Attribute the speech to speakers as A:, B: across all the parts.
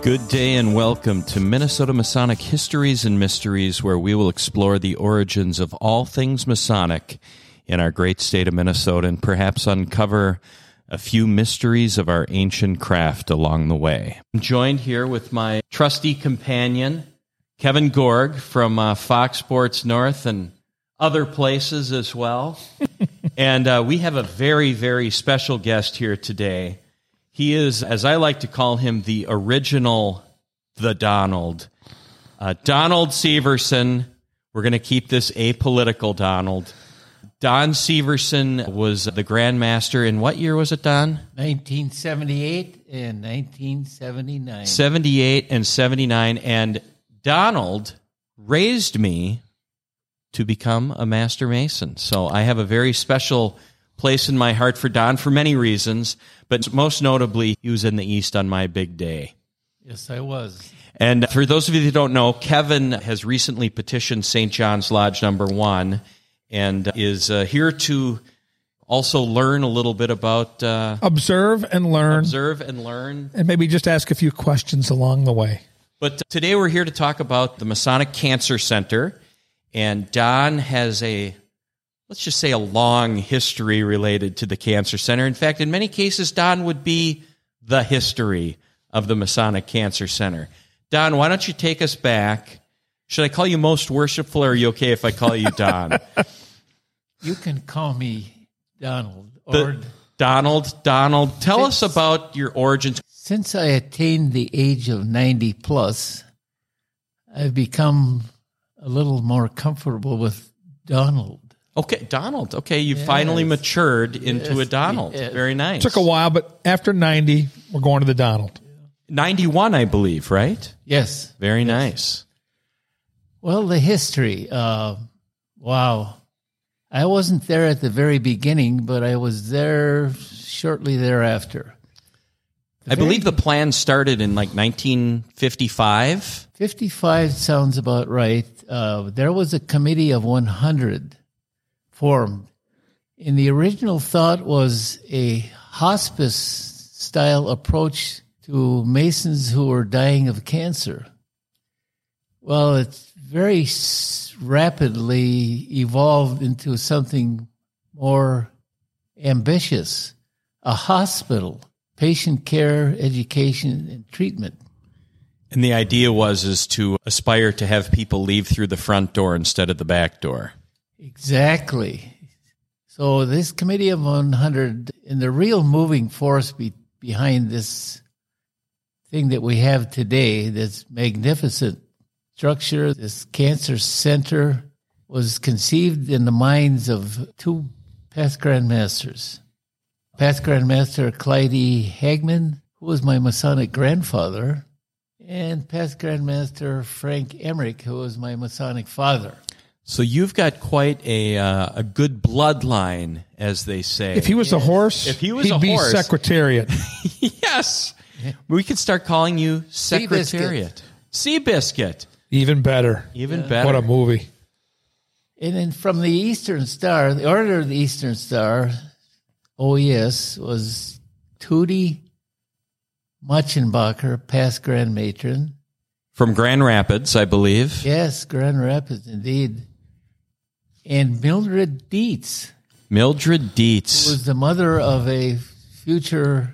A: Good day and welcome to Minnesota Masonic Histories and Mysteries, where we will explore the origins of all things Masonic in our great state of Minnesota and perhaps uncover a few mysteries of our ancient craft along the way. I'm joined here with my trusty companion, Kevin Gorg from uh, Fox Sports North and other places as well. and uh, we have a very, very special guest here today. He is, as I like to call him, the original, the Donald. Uh, Donald Severson. We're going to keep this apolitical, Donald. Don Severson was the Grand Master in what year was it, Don?
B: 1978 and 1979.
A: 78 and 79. And Donald raised me to become a Master Mason. So I have a very special place in my heart for Don for many reasons, but most notably, he was in the East on my big day.
B: Yes, I was.
A: And for those of you that don't know, Kevin has recently petitioned St. John's Lodge number one and is uh, here to also learn a little bit about uh,
C: observe and learn
A: observe and learn.
C: and maybe just ask a few questions along the way.
A: But uh, today we're here to talk about the Masonic Cancer Center. And Don has a, let's just say, a long history related to the Cancer Center. In fact, in many cases, Don would be the history of the Masonic Cancer Center. Don, why don't you take us back? Should I call you most worshipful, or are you okay if I call you Don?
B: You can call me Donald. Or
A: The- Donald, Donald, tell us about your origins.
B: since I attained the age of 90 plus, I've become a little more comfortable with Donald.
A: Okay, Donald. Okay, you finally matured into a Donald.
B: yes.
A: Very nice.
C: Took a while, but after 90, we're going to the Donald.
A: 91, I believe, right?
B: Yes.
A: Very nice.
B: Well, the history. Uh, wow. I wasn't there at the very beginning, but I was there shortly thereafter.
A: I believe the plan started in like 1955.
B: 55 sounds about right. Uh, there was a committee of 100 formed. And the original thought was a hospice style approach to Masons who were dying of cancer. Well, it's very s- rapidly evolved into something more ambitious a hospital, patient care, education, and treatment.
A: And the idea was is to aspire to have people leave through the front door instead of the back door.
B: Exactly. So this committee of 100 and the real moving force be, behind this thing that we have today, this magnificent structure, this cancer center was conceived in the minds of two past grandmasters. Past grandmaster Clyde E. Hagman, who was my Masonic grandfather, and past grandmaster Frank Emmerich, who was my Masonic father.
A: So you've got quite a uh, a good bloodline, as they say.
C: If he was a horse,
A: If he was
C: would
A: a
C: be
A: horse-
C: Secretariat.
A: yes, we could start calling you
B: Biscuit.
A: Secretariat, Seabiscuit,
C: Even better.
A: even
C: What
A: better.
C: a movie.
B: And then from the Eastern Star, the Order of the Eastern Star, OES, was Tootie Muchenbacher, past Grand Matron.
A: From Grand Rapids, I believe.
B: Yes, Grand Rapids, indeed. And Mildred Dietz
A: Mildred Dietz.
B: was the mother of a future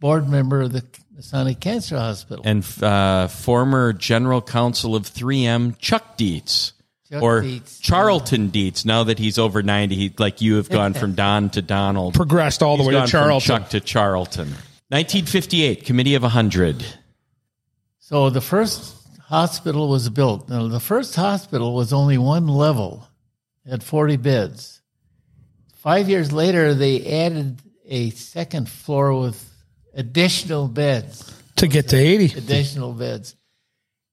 B: board member of the Masonic Cancer Hospital.
A: and uh, former general counsel of 3M, Chuck Dietz,
B: Chuck
A: or
B: Dietz.
A: Charlton Dietz. Now that he's over 90, he, like you have gone from Don to Donald,
C: Progressed all the
A: He's
C: way
A: gone
C: to
A: from
C: Charlton.
A: Chuck to Charlton. 1958, Committee of 100.
B: So the first hospital was built. Now, the first hospital was only one level, had 40 beds. Five years later, they added a second floor with additional beds
C: To get to 80.
B: additional beds.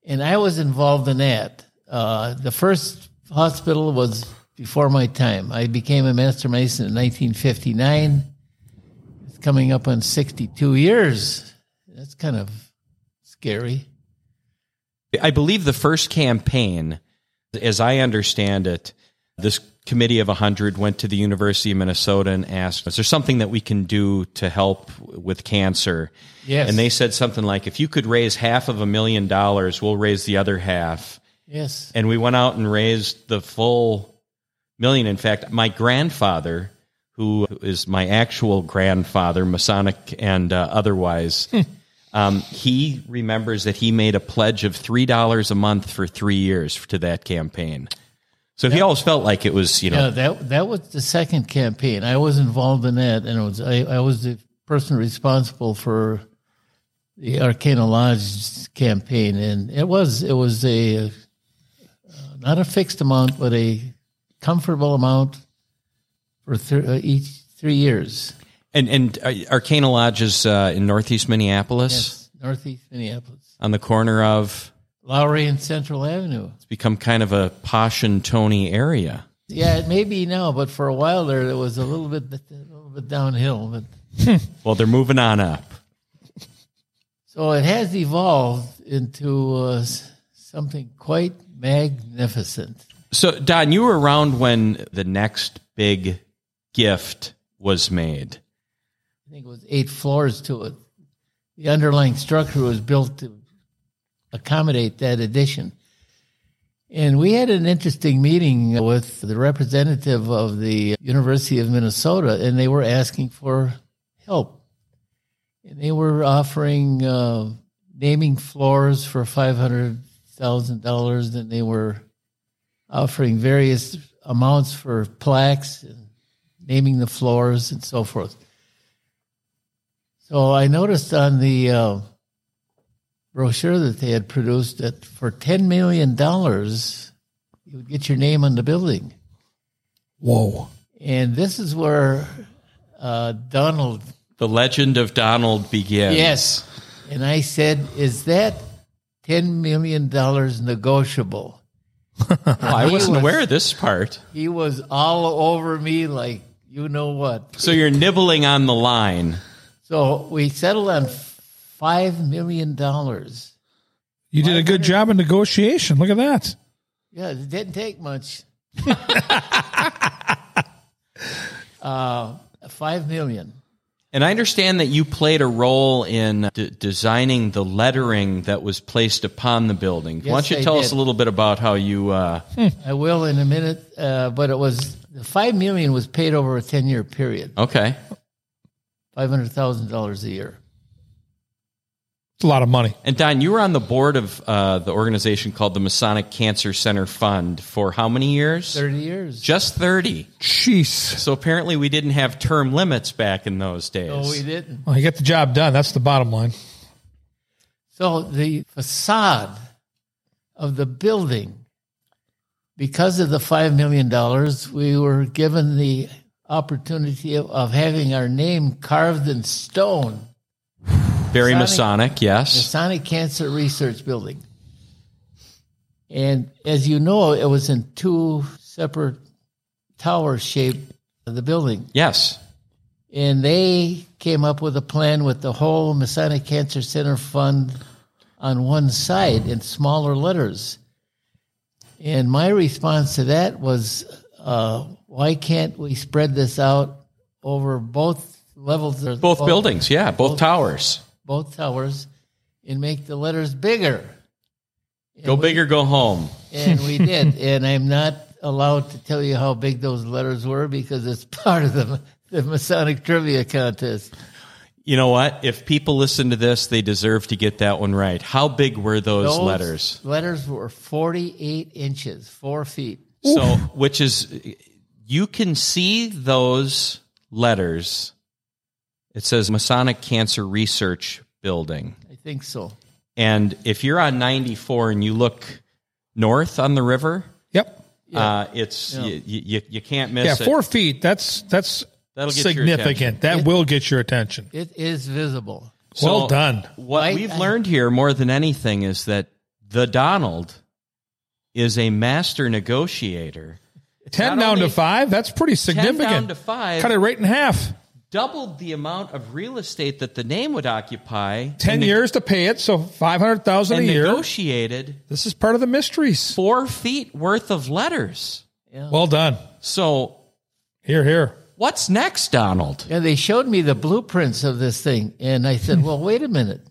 B: And I was involved in that. Uh, the first hospital was before my time. I became a master mason in 1959. It's coming up on 62 years. That's kind of scary.
A: I believe the first campaign, as I understand it, this committee of 100 went to the University of Minnesota and asked, Is there something that we can do to help with cancer?
B: Yes.
A: And they said something like, If you could raise half of a million dollars, we'll raise the other half.
B: Yes.
A: And we went out and raised the full million. In fact, my grandfather, who is my actual grandfather, Masonic and uh, otherwise,
B: Hmm.
A: um, he remembers that he made a pledge of $3 a month for three years to that campaign. So he always felt like it was, you know,
B: Yeah, that that was the second campaign. I was involved in that, and it was I, I was the person responsible for the Arcana Lodge campaign, and it was it was a uh, not a fixed amount, but a comfortable amount for th- uh, each three years.
A: and and uh, Arcana Lodge is uh, in Northeast Minneapolis
B: Yes, Northeast Minneapolis,
A: on the corner of.
B: Lowry and Central Avenue.
A: It's become kind of a posh and Tony area.
B: Yeah, it may be now, but for a while there, it was a little bit a little bit downhill, but.
A: Well, they're moving on up.
B: So it has evolved into uh, s- something quite magnificent.
A: So, Don, you were around when the next big gift was made.
B: I think it was eight floors to it. The underlying structure was built to accommodate that addition. And we had an interesting meeting with the representative of the University of Minnesota, and they were asking for help. And they were offering uh, naming floors for $500,000, and they were offering various amounts for plaques, and naming the floors, and so forth. So I noticed on the uh, brochure that they had produced that for ten million dollars, you would get your name on the building.
C: Whoa.
B: And this is where uh, Donald.
A: The legend of Donald begins.
B: Yes. And I said, "Is that ten million dollars negotiable?"
A: Well, I
B: He
A: wasn't
B: was-
A: aware of this part.
B: He was all over me, like you know what.
A: So you're nibbling on the line.
B: So we settled on five million dollars.
C: You did a good job in negotiation. Look at that.
B: Yeah, it didn't take much. uh, five million.
A: And I understand that you played a role in d- designing the lettering that was placed upon the building. Why
B: Yes,
A: don't you
B: I
A: tell
B: did.
A: us a little bit about how you? Uh,
B: I will in a minute, uh, but it was the five million was paid over a ten year period,
A: okay,
B: five hundred thousand dollars a year.
C: It's a lot of money.
A: and Don, you were on the board of uh, the organization called the Masonic Cancer Center Fund for how many years?
B: Thirty years.
A: Just thirty.
C: Jeez.
A: So apparently, we didn't have term limits back in those days.
B: No, we didn't.
C: Well, you got the job done. That's the bottom line.
B: So the facade of the building, because of the five million dollars, we were given the opportunity of, of having our name carved in stone
A: Very
B: Masonic-
A: Masonic, yes.
B: Masonic Cancer Research Building. And as you know, it was in two separate tower shape of the building.
A: Yes.
B: And they came up with a plan with the whole Masonic Cancer Center Fund on one side in smaller letters. And my response to that was, uh, why can't we spread this out over both levels of
A: Both buildings, yeah, both towers.
B: both towers and make the letters bigger.
A: Go big or go home.
B: And we did. And I'm not allowed to tell you how big those letters were because it's part of the, the Masonic trivia contest.
A: You know what? If people listen to this, they deserve to get that one right. How big were those, letters?
B: Letters were 48 inches, four feet.
A: So, which is, you can see those letters. It says Masonic Cancer Research Building.
B: I think so.
A: And if you're on 94 and you look north on the river,
C: Yep.
A: uh, it's you, you, you can't miss
C: Yeah,
A: it.
C: four feet. That's that's
A: That'll get your attention.
C: significant. That will get your attention.
B: It is visible.
C: well done.
A: What
B: I-
A: we've
B: I-
A: learned here more than anything is that the Donald is a master negotiator.
C: Ten
A: not
C: down to
A: only-
C: five. That's pretty
A: 10
C: significant.
A: down to 5
C: Cut it right in half.
A: doubled the amount of real estate that the name would occupy.
C: Ten
A: and
C: years to pay it, so five hundred thousand a
A: and
C: year.
A: negotiated
C: This is part of the mysteries.
A: 4 feet worth of letters.
C: Well done.
A: So
C: Here, here.
A: what's next, Donald?
B: Yeah, they showed me the blueprints of this thing, and I said, "Well, wait a minute.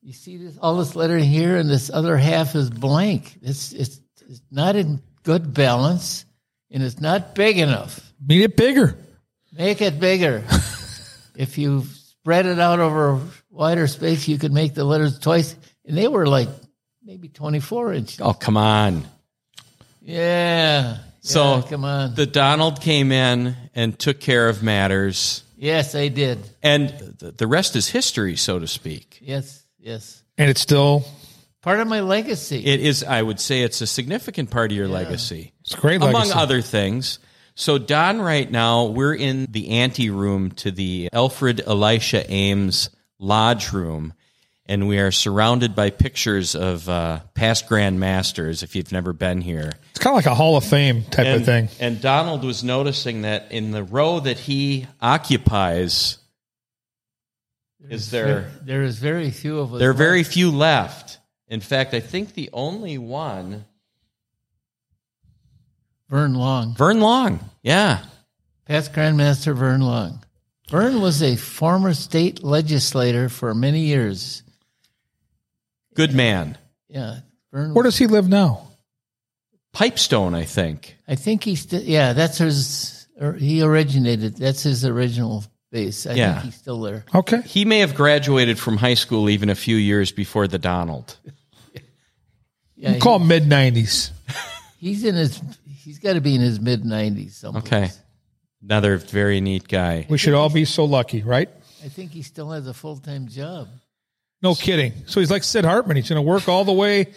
B: You see this all this lettering here, and this other half is blank. It's it's, it's not in good balance, and it's not big enough.
C: Meet it bigger.
B: Make it bigger. if you spread it out over a wider space, you could make the letters twice. And they were like maybe twenty four inch.
A: Oh, come on.
B: Yeah.
A: So-
B: Yeah, come on.
A: The Donald came in and took care of matters,
B: yes, I did.
A: and th- the rest is history, so to speak.
B: Yes, yes.
C: And it's still,
B: Part of my legacy.
A: It is, I would say, it's a significant part of your legacy,
C: it's a great
A: among
C: legacy.
A: other things. So, Don, right now, we're in the ante room to the Alfred Elisha Ames Lodge Room, and we are surrounded by pictures of uh, past Grand Masters, if you've never been here.
C: It's kind of like a Hall of Fame type of thing.
A: And Donald was noticing that in the row that he occupies, is there
B: There is very few of us.
A: there are
B: left.
A: very few left. In fact, I think the only one
B: Vern Long,
A: Vern Long. Yeah.
B: past Grandmaster Vern Long. Vern was a former state legislator for many years.
A: Good man.
B: Yeah, Vern.
C: Where does he live now?
A: Pipestone, I think.
B: I think he's still. Yeah, that's his. Or he originated. That's his original base. I
A: Yeah.
B: think he's still there.
C: Okay.
A: He may have graduated from high school even a few years before the Donald.
B: Yeah,
C: Call mid 90s.
B: he- he's in his. He's got to be in his mid nineties.
A: Okay. Another very neat guy.
C: We should all be so lucky, right?
B: I think he still has a full time job.
C: No kidding. So he's like Sid Hartman. He's going to work all the way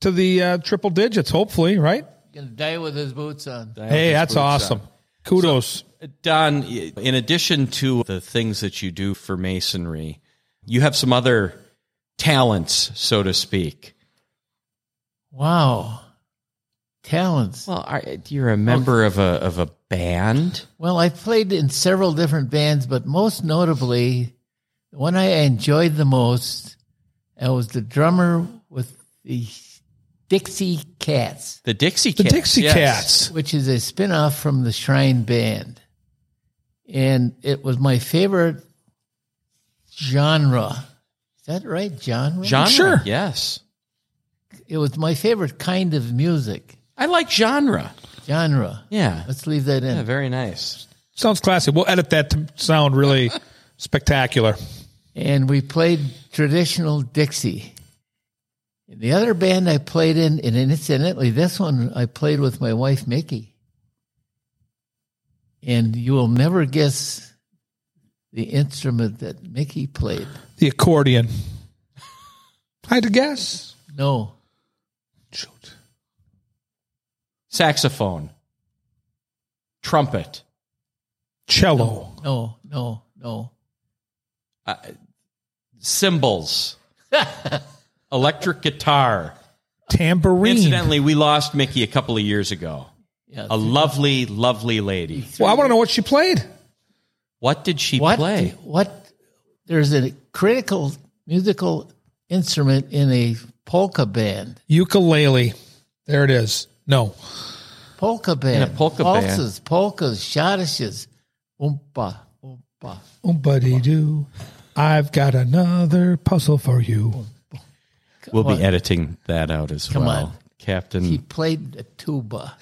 C: to the uh, triple digits, hopefully, right?
B: Gonna die with his boots on.
C: Hey, that's awesome. Kudos.
A: Don, in addition to the things that you do for masonry, you have some other talents, so to speak.
B: Wow, talents.
A: Well, are, you're a member of a of a band.
B: Well, I played in several different bands, but most notably, the one I enjoyed the most, I was the drummer with the Dixie Cats,
A: The Dixie
C: the
A: Cats.
C: Dixie
A: yes.
C: Cats.
B: which is a spin-off from the Shrine Band. And it was my favorite genre. Is that right? Genre?
A: Genre.
C: Sure.
A: Yes.
B: It was my favorite kind of music.
A: I like genre.
B: Genre.
A: Yeah.
B: Let's leave that in.
A: Yeah, very nice.
C: Sounds classy. We'll edit that to sound really spectacular.
B: and we played traditional Dixie. And the other band I played in, and incidentally, this one I played with my wife Mickey. And you will never guess the instrument that Mickey played.
C: The accordion. I had to guess.
B: No,
C: Shoot.
A: Saxophone. Trumpet.
C: Cello.
B: no, no, no.
A: Cymbals. Electric guitar.
C: Tambourine.
A: Incidentally, we lost Mickey a couple of years ago.
B: Yeah.
A: A lovely, lovely lady.
C: Well, I want to know what she played.
A: What did she
B: what?
A: play?
B: What? There's a critical musical instrument in a polka band.
C: Ukulele. There it is. No.
B: Polka band.
A: polka band.
B: Waltzes, polkas, schottisches. Oompa, oompa.
C: Oh, buddy, do. I've got another puzzle for you.
A: We'll be editing that out as
B: Come
A: well.
B: on.
A: Captain.
B: He
A: She,
B: played the tuba.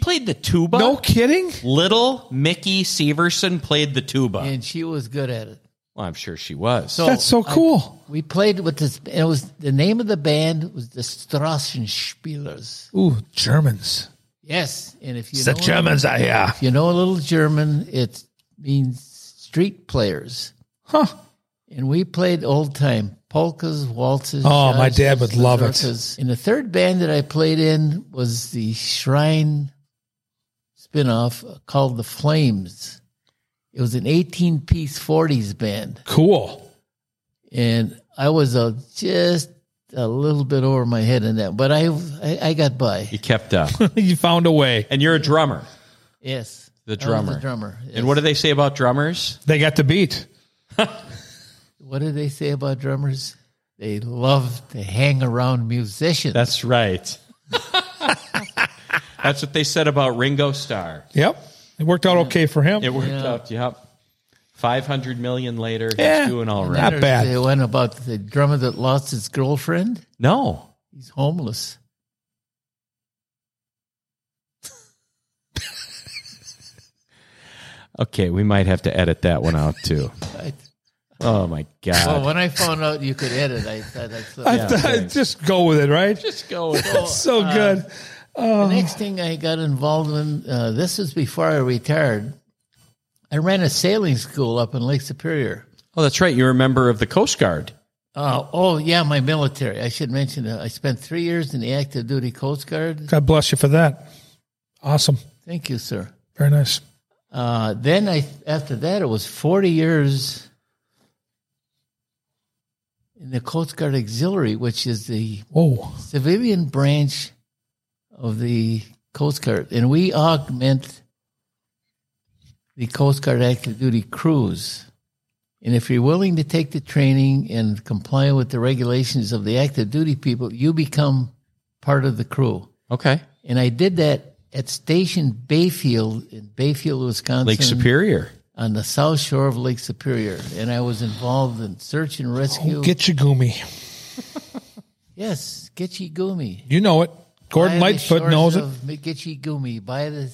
A: played the tuba.
C: No kidding?
A: Little Mickey Severson played the tuba.
B: and she was good at it.
A: well, I'm sure she was.
B: So
C: That's so cool.
B: we played with this. and It was the name of the band was the Strassenspielers.
C: Ooh, Germans.
B: Yes, and if you
C: The
B: know,
C: Germans are here.
B: if you know a little German, it means street players.
C: Huh.
B: And we played old time polkas, waltzes.
C: Oh, my
B: schottisches,
C: dad would love it.
B: mazurkas. And the third band that I played in was the Shrine spinoff called the Flames. It was an 18 piece 40s band.
C: Cool.
B: and I was uh, just a little bit over my head in that, but I I, I got by.
A: you kept up.
C: you found a way.
A: and you're a drummer.
B: Yes,
A: The
B: I was
A: drummer.
B: the drummer. Yes.
A: And what do they say about drummers?
C: They got the beat.
B: what do they say about drummers? They love to hang around musicians.
A: That's right. That's what they said about Ringo Starr.
C: Yep. It worked out okay for him.
A: It worked out. Yep. 500 million later,
C: Yeah.
A: he's doing all right.
C: Not bad.
B: The one about the drummer that lost his girlfriend.
A: No.
B: He's homeless.
A: Okay, we might have to edit that one out too.
B: I,
A: Oh my
B: well,
A: god.
B: when I found out you could edit, I thought I'd slip
C: I
B: it.
C: thought- just go with it, right?
A: Just go with it.
B: So,
C: so
B: uh,
C: good.
B: The next thing I got involved in, uh, this was before I retired. I ran a sailing school up in Lake Superior.
A: Oh, that's right. You're a member of the Coast Guard.
B: Uh, oh, yeah, my military. I should mention that I spent three years in the active duty Coast Guard.
C: God bless you for that. Awesome.
B: Thank you, sir.
C: Very nice.
B: Uh, then I, after that, it was 40 years in the Coast Guard Auxiliary, which is the
C: Whoa.
B: civilian branch of the Coast Guard, and we augment the Coast Guard active duty crews. And if you're willing to take the training and comply with the regulations of the active duty people, you become part of the crew.
A: Okay.
B: And I did that at Station Bayfield in Bayfield, Wisconsin,
A: Lake Superior.
B: on the south shore of Lake Superior. And I was involved in search and rescue.
C: Oh, Get Gumi.
B: yes, Gitchigumi.
C: You know it. Gordon
B: By the
C: Lightfoot
B: shores
C: knows it.
B: of Gumi by the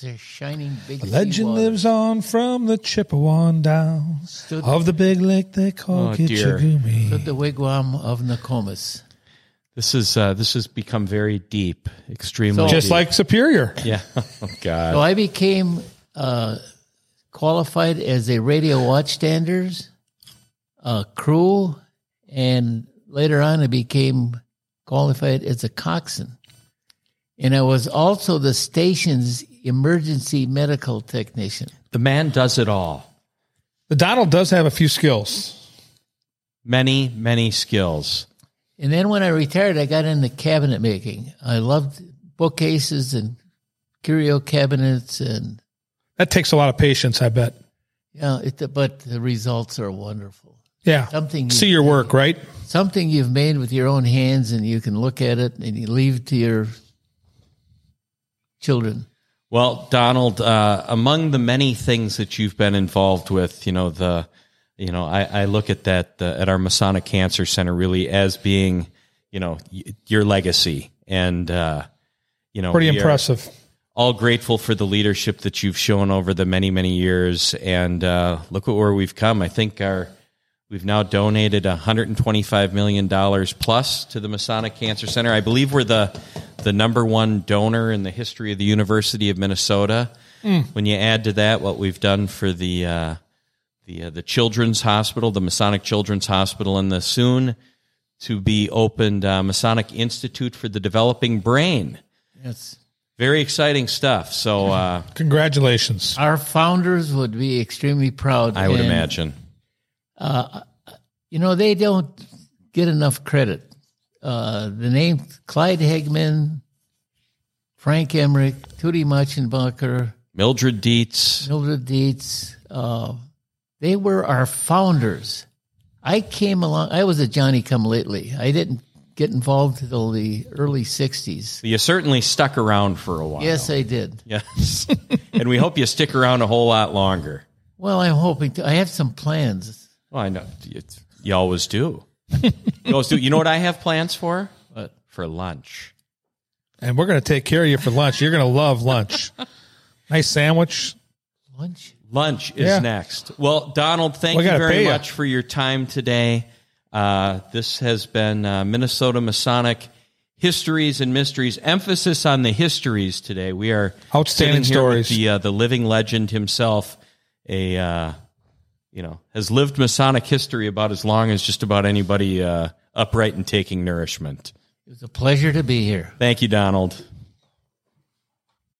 B: s- shining big sea
C: Legend
B: water.
C: lives on from the Chippewa Downs
B: Stood-
C: of the big lake they call
A: Oh, dear.
C: Gitchagumi.
B: Stood the wigwam of Nokomis.
A: This is uh, this has become very deep, extremely
B: So-
A: deep.
C: Just like Superior.
A: yeah. Oh god.
B: So I became uh, qualified as a radio watchstanders, a crew, and later on I became qualified as a coxswain. And I was also the station's emergency medical technician.
A: The man does it all.
C: The Donald does have a few skills.
A: Many, many skills.
B: And then when I retired, I got into cabinet making. I loved bookcases and curio cabinets, and
C: That takes a lot of patience, I bet.
B: yeah, it, but the results are wonderful.
C: Yeah.
B: Something you-
C: See your work, right?
B: Something you've made with your own hands, and you can look at it and you leave to your children.
A: Well, Donald, uh, among the many things that you've been involved with, you know the, you know I, I look at that uh, at our Masonic Cancer Center really as being, you know, y- your legacy, and uh, you know,
C: Pretty
A: we are
C: impressive.
A: All grateful for the leadership that you've shown over the many many years, and uh, look at where we've come. I think our we've now donated 125 million dollars plus to the Masonic Cancer Center. I believe we're the the number one donor in the history of the University of Minnesota. When you add to that what we've done for the uh, the uh, the Children's Hospital, the Masonic Children's Hospital, and the soon to be opened uh, Masonic Institute for the Developing Brain.
B: Yes.
A: Very exciting stuff. So uh,
C: Congratulations.
B: Our founders would be extremely proud.
A: I would
B: and,
A: imagine.
B: You know, they don't get enough credit. Uh, the name Clyde Hegman, Frank Emmerich, Tootie Muchenbacher,
A: Mildred Dietz.
B: Mildred Dietz, uh, they were our founders. I came along, I was a Johnny come lately. I didn't get involved until the early 60s.
A: You certainly stuck around for a while.
B: Yes, I did.
A: Yes. and we hope you stick around a whole lot longer.
B: Well, I'm hoping to. I have some plans.
A: Well, I know. You, you always do. You always do. You know what I have plans for?
B: What?
A: For lunch.
C: And we're going to take care of you for lunch. You're going to love lunch. nice sandwich.
B: Lunch?
A: Lunch is
C: Yeah.
A: next. Well, Donald, thank
C: We
A: you
C: gotta pay
A: very
C: ya.
A: much for your time today. Uh, this has been uh, Minnesota Masonic Histories and Mysteries. Emphasis on the histories today. We are
C: Outstanding
A: sitting here with
C: stories.
A: The uh, the living legend himself, a uh, you know, has lived Masonic history about as long as just about anybody uh, upright and taking nourishment.
B: It was a pleasure to be here.
A: Thank you, Donald.